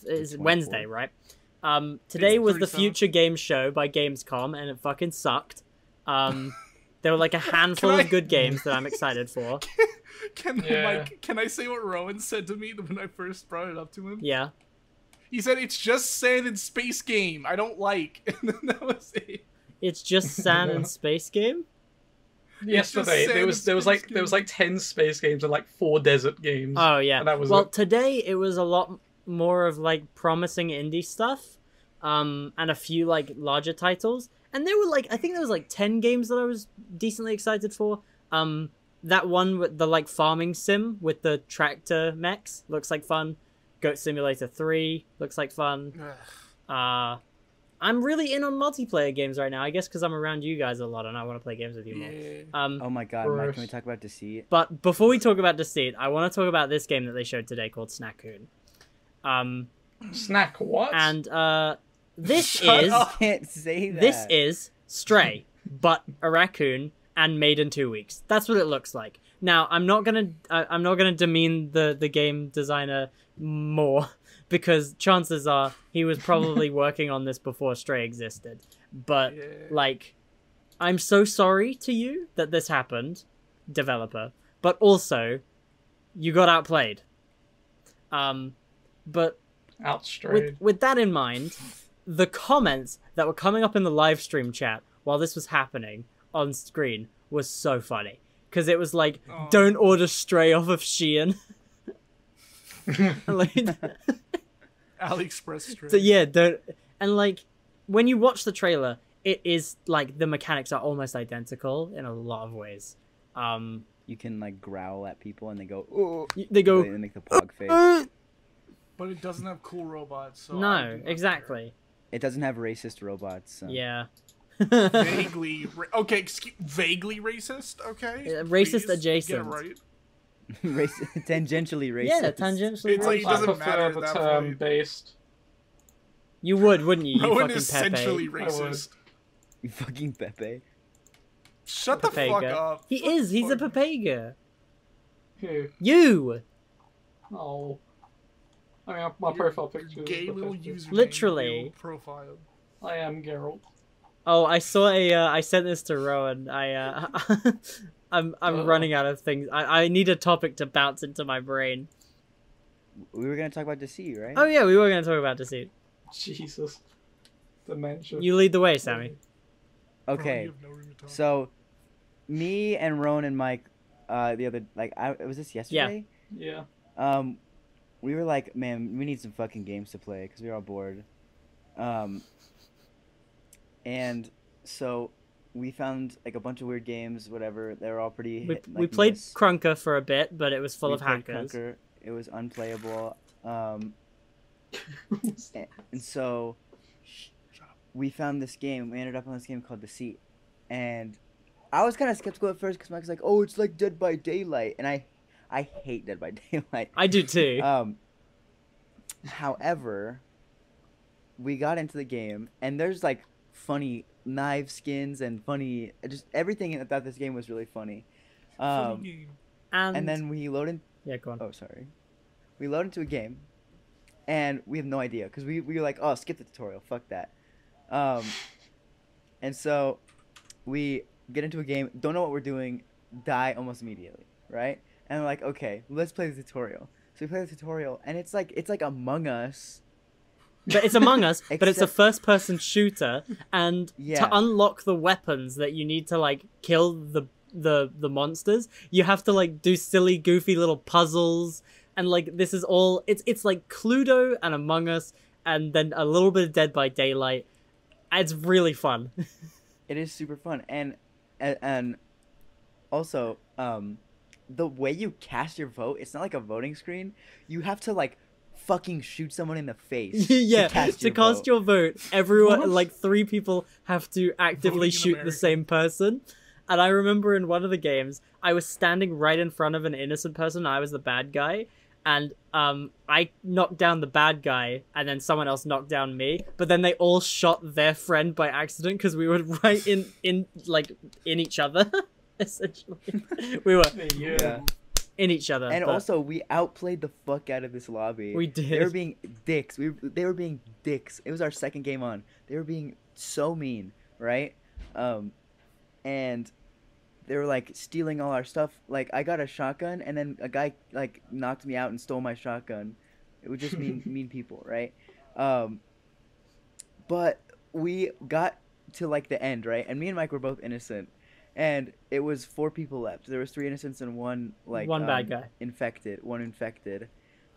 it's Wednesday, 24th. right? Um, today It's was the 37th. Future Game Show by Gamescom, and it fucking sucked. Um, there were like a handful Can of I- good games that I'm excited for. can I, Yeah. Mike, can I say what Rowan said to me when I first brought it up to him? Yeah. He said it's just sand and space game. I don't like. And then that was it. It's just sand and space game. Yesterday saying there was there was space like there was games. like ten space games and like four desert games. Oh yeah. And that was well, it. today it was a lot more of like promising indie stuff, um, and a few like larger titles. And there were like I think there was like ten games that I was decently excited for. Um, that one with the like farming sim with the tractor mechs looks like fun. Goat Simulator Three looks like fun. Ugh. Uh, I'm really in on multiplayer games right now. I guess because I'm around you guys a lot and I want to play games with you more. Yeah. Um, Oh my god, Mike, can we Gross. talk about deceit? but before we talk about Deceit, I want to talk about this game that they showed today called Snackoon. Um, Snack what? and uh, this Shut is up. Can't say that. this is Stray, but a raccoon and made in two weeks. That's what it looks like. Now, I'm not gonna I I'm not gonna demean the the game designer more because chances are he was probably working on this before Stray existed. But Yeah. like, I'm so sorry to you that this happened, developer. But also, you got outplayed. Um, but Outstrayed. with, with that in mind, the comments that were coming up in the live stream chat while this was happening on screen was so funny because it was like, Aw. "Don't order Stray off of Shein." And, like, AliExpress straight. so, yeah, don't. And like, when you watch the trailer, it is like the mechanics are almost identical in a lot of ways. Um, You can like growl at people and they go, ooh, y- they and go, they make the pog face. But it doesn't have cool robots. So I do "No, not care. exactly." It doesn't have racist robots. So. Yeah. vaguely ra- okay excuse, vaguely racist okay Yeah, Uh, racist Please, get it adjacent. right Race- tangentially racist. Yeah, tangentially. It's like- racist. it doesn't I prefer matter at the that term point. based. you would, wouldn't you? you Owen fucking is Pepe. essentially I would. racist. You fucking Pepe. Shut the fuck Papega. up. He is. He's a Papega. Who? You Oh. I mean, my profile picture. You is gay the little fifth. user. Literally. Profile. I am Geralt. Oh, I saw a. Uh, I sent this to Rowan. I. Uh, I'm. I'm Oh. running out of things. I, I need a topic to bounce into my brain. We were gonna talk about Desi, right? Oh yeah, we were going to talk about deceit. Jesus. Dementia. You lead the way, Sammy. Bro, okay. Oh, you have no room to talk. So, me and Roan and Mike, uh, the other like, I was this yesterday. Yeah. Um, we were like, man, we need some fucking games to play because we were all bored. Um, and so we found like a bunch of weird games, whatever. They were all pretty. We, hit- we like, played miss. Krunker for a bit, but it was full We of played hackers. Conker. It was unplayable. Um, and so we found this game. We ended up on this game called Deceit, and I was kind of skeptical at first because Mike's like, "Oh, it's like Dead by Daylight," and I, I hate Dead by Daylight. I do too. Um, however, we got into the game, and there's like funny knife skins and funny just everything about this game was really funny. Funny Um, game. and, and then we load in yeah, go on. Oh, sorry. We load into a game, and we have no idea because we, we were like, oh, skip the tutorial, fuck that. Um, and so we get into a game, don't know what we're doing, die almost immediately, right? And we're like, okay, let's play the tutorial. So we play the tutorial, and it's like it's like Among Us. But it's Among Us, but it's a Except- first-person shooter, and Yeah. to unlock the weapons that you need to like kill the the the monsters, you have to like do silly, goofy little puzzles, and like this is all it's it's like Cluedo and Among Us, and then a little bit of Dead by Daylight. It's really fun. It is super fun, and and, and also um, the way you cast your vote, it's not like a voting screen. You have to like fucking shoot someone in the face. yeah, to cast, your, vote. your vote, everyone What? like three people have to Voting actively in shoot America. the same person. And I remember in one of the games, I was standing right in front of an innocent person. I was the bad guy, and um, I knocked down the bad guy, and then someone else knocked down me. But then they all shot their friend by accident because we were right in in like in each other. Essentially, we were Hey, you. Yeah. in each other. And but also, we outplayed the fuck out of this lobby. we They were did. being dicks. We they were being dicks. It was our second game on. They were being so mean, right? Um, and they were like stealing all our stuff. Like I got a shotgun, and then a guy like knocked me out and stole my shotgun. It was just mean mean people, right? Um, but we got to like the end, right? And me and Mike were both innocent, and it was four people left. There was three innocents and one like One bad um, guy. infected, one infected.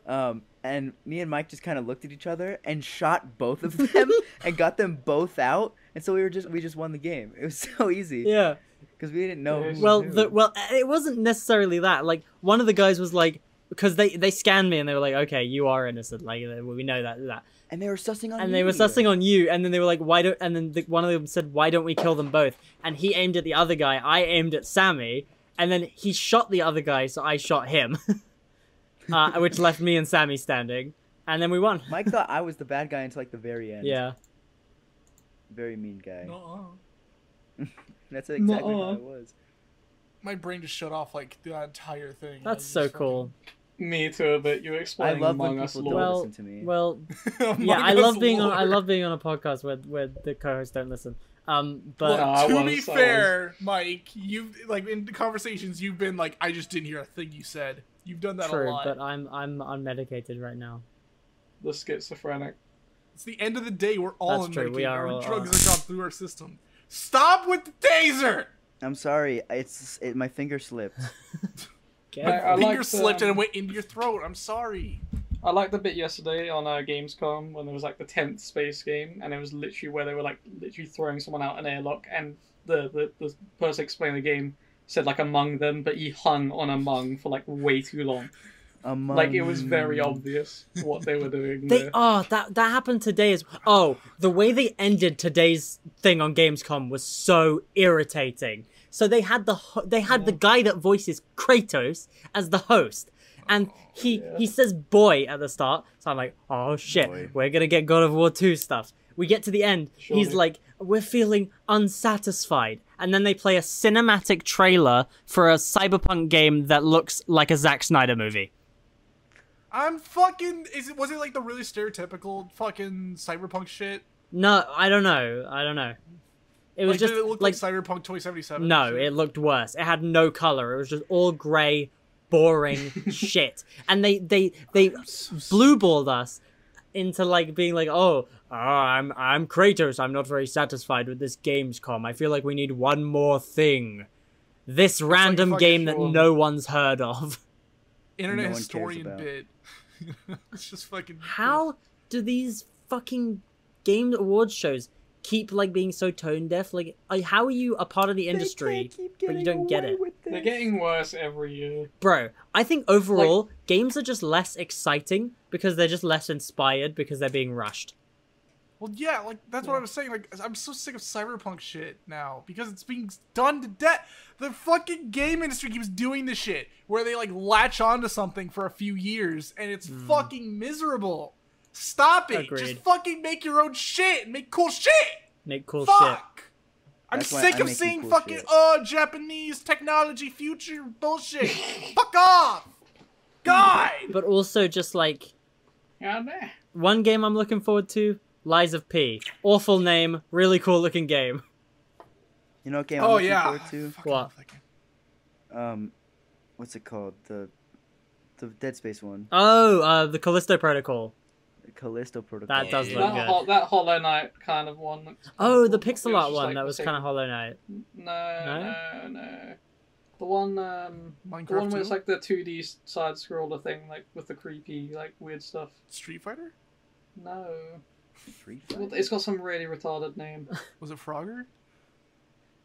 Um, and me and Mike just kind of looked at each other and shot both of them and got them both out. And so we were just we just won the game. It was so easy yeah. because we didn't know. who was well who. the, well it wasn't necessarily that like one of the guys was like because they they scanned me and they were like okay you are innocent like they- we know that that and they were sussing on. and they were me. sussing on you and then they were like why don't and then the, one of them said why don't we kill them both and he aimed at the other guy i aimed at sammy and then he shot the other guy so i shot him uh, which left me and sammy standing and then we won Mike thought I was the bad guy until like the very end. yeah very mean guy. Nuh-uh. That's exactly how Nuh-uh. it was. My brain just shut off like the entire thing. I that's was so just cool Me too, but you I explaining love Among when Us people don't lore. Well- listen to me. well fucking- Among yeah i Us love being on lore. i love being on a podcast where where the co-hosts don't listen um but Well, I to was- be I was- fair, Mike, you've like in conversations you've been like, I just didn't hear a thing you said. You've done that a True, lot. but I'm I'm unmedicated right now. the schizophrenic. It's the end of the day. We're all That's in true, we Medicaid. are Our all- uh, drugs are gone through our system. Stop with the taser. I'm sorry. It's it, my finger slipped. Okay. My I- I finger liked, slipped and um, it went into your throat. I'm sorry. I liked the bit yesterday on uh, Gamescom when there was like the tenth space game, and it was literally where they were like literally throwing someone out an airlock, and the the, the person explaining the game said like among them, but he hung on among for like way too long. Among... Like it was very obvious what they were doing. They there. oh that that happened today as oh the way they ended today's thing on Gamescom was so irritating So they had the ho- they had the guy that voices Kratos as the host, and he he says boy at the start. So I'm like, oh shit, we're gonna get God of War two stuff. We get to the end. He's like, we're feeling unsatisfied, and then they play a cinematic trailer for a cyberpunk game that looks like a Zack Snyder movie. I'm fucking. Is it was it like the really stereotypical fucking cyberpunk shit? No, I don't know. I don't know. It was Like, just did it look like cyberpunk 2077? No, it looked worse. It had no color. It was just all gray, boring shit. And they they they blue balled us into like being like, oh, oh, I'm I'm Kratos. I'm not very satisfied with this Gamescom. I feel like we need one more thing. This random fucking game that sure. no one's heard of. internet no one cares historian about. bit. it's just fucking. How do these fucking game awards shows keep like being so tone deaf? Like, like, how are you a part of the industry but you don't get it? They're getting worse every year. bro i think overall games are just less exciting because they're just less inspired because they're being rushed Well, yeah, like that's what I was saying. Like, I'm so sick of cyberpunk shit now because it's being done to death. The fucking game industry keeps doing this shit where they like latch onto something for a few years and it's Hmm. fucking miserable. Stop it! Agreed. Just fucking make your own shit and make cool shit. make cool shit Fuck. I'm That's why sick I'm of making seeing cool fucking shit. oh Japanese technology future bullshit. Fuck off, God. but also just like Yeah, there. one game i'm looking forward to lies of p awful name really cool looking game You know what game I'm Oh looking yeah. forward Fucking What? fucking- to? Um, what's it called? The the Dead Space one, oh uh the callisto protocol Callisto Protocol. that Oh, does look That, good hol- that Hollow Knight kind of one. looks kinda oh the cool. It pixel was art just one like that the was same- kind of hollow knight No, no, no. The one, um, the one Minecraft where it's 2? like the 2D side scroller thing, like with the creepy, like weird stuff. Street Fighter? No, Free Well, it's got some really retarded name. It's Was it Frogger?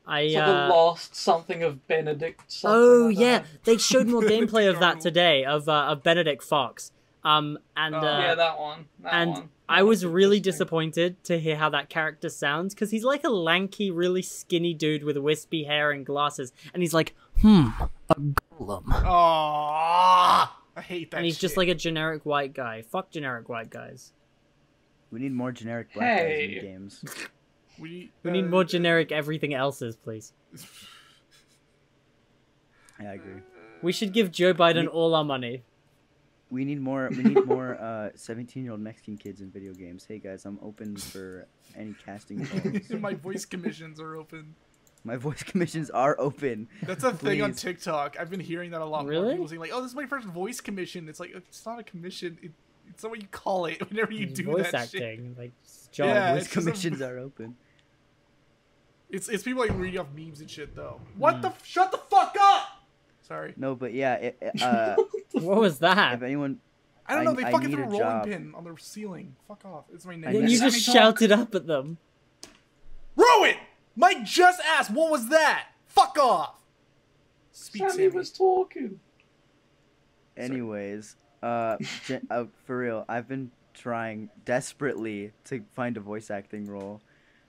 i like uh the last something of Benedict. Something Oh I don't yeah, know. they showed more gameplay of that Darnold. today of uh, of Benedict Fox. Um and Oh. uh, yeah, that one. That and one. I was really Interesting. disappointed to hear how that character sounds because he's like a lanky, really skinny dude with wispy hair and glasses, and he's like, hmm, a golem, Oh, I hate that. and he's just shit. like a generic white guy. Fuck generic white guys. We need more generic black guys Hey. in games. we, We need uh, more generic everything else's, please. Yeah, I agree. We should give Joe Biden all our money. We need more. We need more uh, 17-year-old Mexican kids in video games. Hey guys, I'm open for any casting calls. My voice commissions are open. My voice commissions are open. That's a thing on Please. TikTok. I've been hearing that a lot. More. Really? People saying like, "Oh, this is my first voice commission." It's like it's not a commission. It, it's not what you call it. Whenever you do voice that shit, acting, like job. Yeah, Voice it's just a- commissions are open. it's it's people like reading off memes and shit though. Hmm. What the? f- Shut the fuck up! Sorry, No, but yeah, it, it, uh, What was that? if anyone, I don't I- know. They I fucking need threw a a rolling job. pin on the ceiling. Fuck off. It's my I name. Then need- you just Let me talk. shouted up at them. Ruin. Mike just asked, "What was that?" Fuck off. Speak, Sammy Sammy. was talking. anyways, uh, gen- uh, for real, I've been trying desperately to find a voice acting role,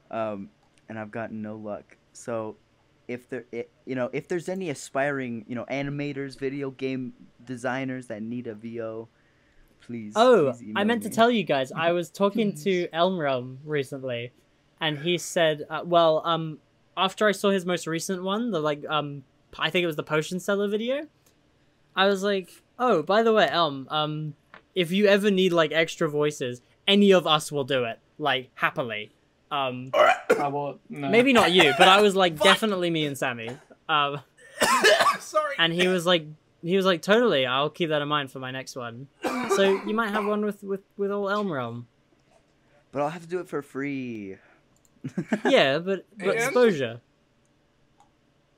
um, and I've gotten no luck. So, if there, i you know, if there's any aspiring, you know, animators, video game designers that need a VO, please. Oh, please I email meant to me. tell you guys. I was talking to Elmrealm recently, and he said, uh, "Well, um, after I saw his most recent one, the like, um, I think it was the potion seller video, I was like, oh, by the way, Elm, um, if you ever need like extra voices, any of us will do it, like happily. Um, I was no. maybe not you, but I was like, definitely me and Sammy. Um, Sorry. and he was like, he was like, totally, I'll keep that in mind for my next one. So you might have one with with with all Elmrealm. But I'll have to do it for free. yeah, but, but And- exposure.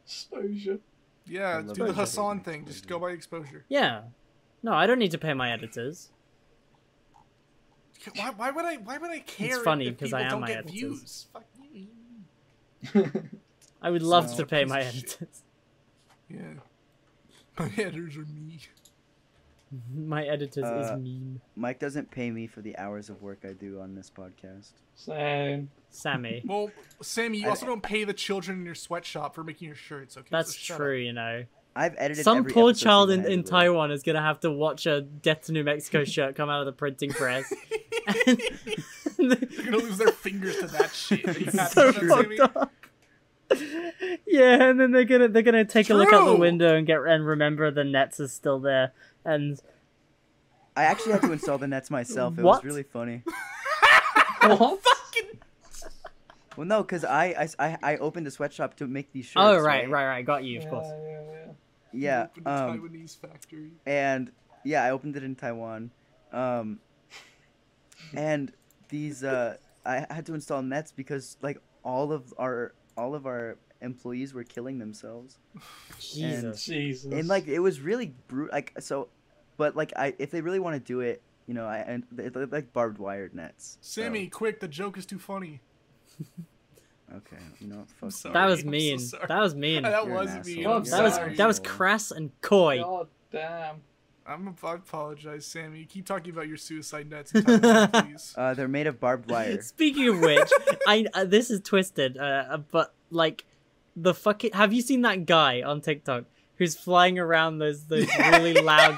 exposure. Yeah, I do love the that. Hassan thing. Just go by exposure. Yeah. No, I don't need to pay my editors. Why, why would I? Why would I care? if- funny if 'cause I people don't am my get editors. views. Fuck you. I would love So- to pay my Piece of shit. editors. Yeah, my editors are me. My editor Uh, is mean. Mike doesn't pay me for the hours of work I do on this podcast. Same. Sammy. Well, Sammy, you I- also don't pay the children in your sweatshop for making your shirts. Okay, That's so shut true, up. you know. I've edited Some every poor episode child since in, I in edited it. Taiwan is gonna have to watch a Death to New Mexico shirt come out of the printing press. They're gonna lose their fingers to that shit. You got so that, Sammy? fucked up. yeah, and then they're gonna they're gonna take a look out the true. window and get and remember the nets is still there. And I actually had to install the nets myself. It What? was really funny. What? Well, no, because I, I, I, I opened a sweatshop to make these shirts. oh right, right, right, got you, of Yeah, course. yeah, yeah. Yeah. Open the Um, Taiwanese factory. and yeah, I opened it in Taiwan. Um, and these uh, I had to install nets because like all of our all of our employees were killing themselves. Jesus. Jesus. and like it was really brutal like so but like i if they really want to do it you know i and they look like barbed wire nets so- Sammy, quick! The joke is too funny. okay you know what, I'm fuck sorry. That was I'm so mean. sorry. that was mean. that You're an was asshole. mean. Well, I'm That was sorry. that was crass and coy. God damn. I'm I apologize, Sammy. Keep talking about your suicide nets, in Taiwan, please. uh they're made of barbed wire Speaking of which, I uh, this is twisted, uh, uh, but like the fucking have you seen that guy on TikTok who's flying around those those really loud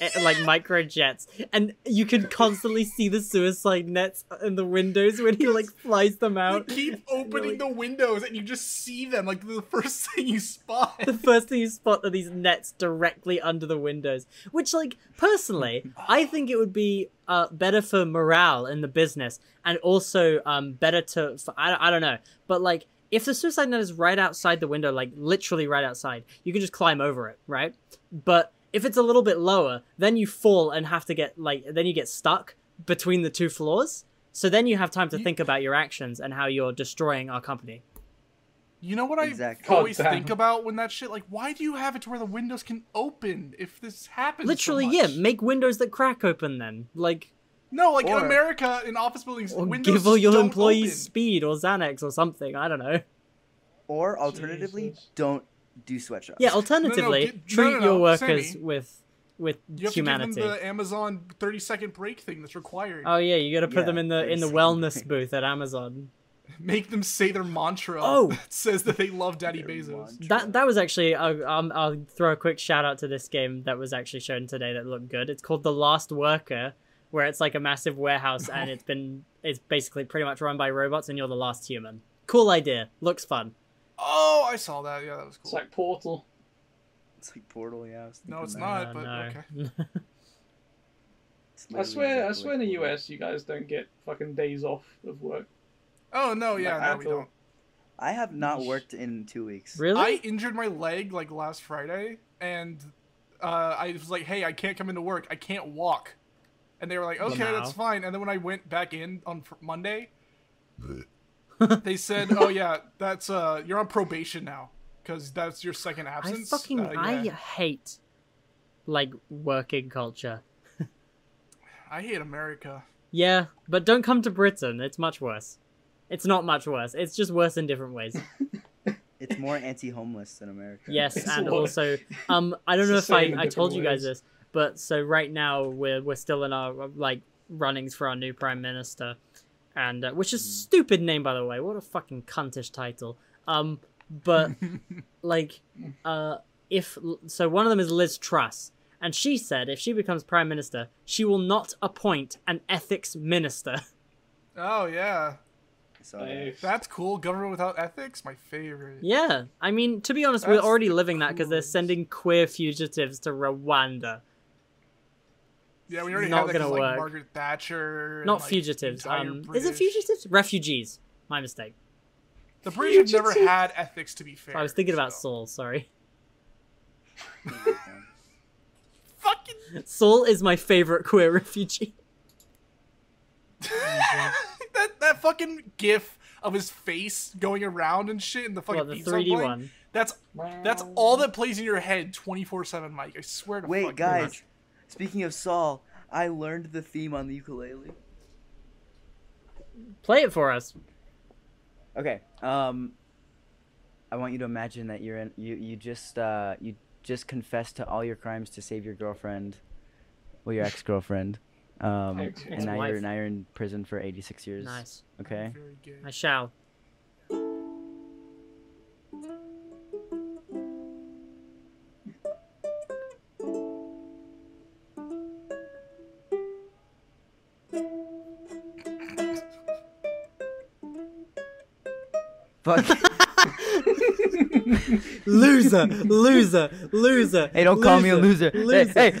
eh, like micro jets and you can constantly see the suicide nets in the windows when he like flies them They out. keep opening the windows, and you just see them like the first thing you spot. The first thing you spot are these nets directly under the windows, which, like, personally, I think it would be uh, better for morale in the business and also um, better to, for, I, I don't know, but like, if the suicide net is right outside the window, like literally right outside, you can just climb over it, right? But if it's a little bit lower, then you fall and have to get, like, then you get stuck between the two floors. So then you have time to think about your actions and how you're destroying our company. You know what I Exactly. God always damn. think about when that shit like why do you have it to where the windows can open if this happens? so Literally, much? yeah. Make windows that crack open. Then, like, no, like in Or- America in office buildings, or windows give all your don't employees open. speed or Xanax or something. I don't know. or alternatively Jesus. don't do sweatshops Yeah. Alternatively, get- no, treat no, no, your workers Sammy. with with You have humanity. to give them the Amazon thirty second break thing that's required. Oh yeah, you got to put Yeah, them in the in the 30 wellness second. booth at Amazon. Make them say their mantra Oh. that says that they love Daddy Bezos. mantra. That that was actually I'll, um, I'll throw a quick shout out to this game that was actually shown today that looked good. It's called The Last Worker, where it's like a massive warehouse and it's been it's basically pretty much run by robots and you're the last human. Cool idea. Looks fun. Oh, I saw that. Yeah, that was It's cool. like Portal. it's like portal yeah I was No, thinking it's that. not. Uh, but no. okay. It's I literally swear, I exactly swear in like the Portal. US, you guys don't get fucking days off of work. Oh no, yeah, Like, no, we Apple. don't. i have not worked in two weeks Really? I injured my leg like last Friday, and uh, I was like, "Hey, I can't come into work. I can't walk." And they were like, "Okay, Wow. that's fine." And then when I went back in on fr- Monday, they said, "Oh yeah, that's uh, you're on probation now because that's your second I absence." fucking Uh, I yeah. hate like working culture. I hate America. Yeah, but don't come to Britain. It's much worse. It's not much worse. It's just worse in different ways. it's more anti-homeless than america Yes, It's and worse. also, um, I don't It's know the if I, same in I told you different guys ways. this, but so right now we're we're still in our like runnings for our new prime minister, and uh, Mm-hmm. which is stupid name by the way. What a fucking cuntish title. Um, but like, uh, if so, one of them is Liz Truss, and she said if she becomes prime minister, she will not appoint an ethics minister. Oh yeah, so yeah. that's cool. Government without ethics, my favorite. Yeah, I mean, to be honest, That's we're already living that because they're coolest. sending queer fugitives to Rwanda. Yeah, we already Not have that 'cause, gonna like work. Margaret Thatcher. and, Not like, fugitives. entire Um, is it British- fugitives? Refugees. My mistake. The British have never had ethics, to be fair. I was thinking about so. Saul. Sorry, Fucking Saul is my favorite queer refugee. that that fucking gif of his face going around and shit and the fucking Well, the beats on 3D playing, one. That's that's all that plays in your head 24/7, Mike. I swear to wait fucking guys God. speaking of saul i learned the theme on the ukulele Play it for us. Okay. Um, I want you to imagine that you're in. You you just uh you just confessed to all your crimes to save your girlfriend, well, your ex girlfriend, um, Ex- and now you're ex-wife. now you're in prison for 86 years. Nice. Okay. Very gay. I shall. Fuck. Loser, loser, loser. hey, don't call me a loser. Hey, hey,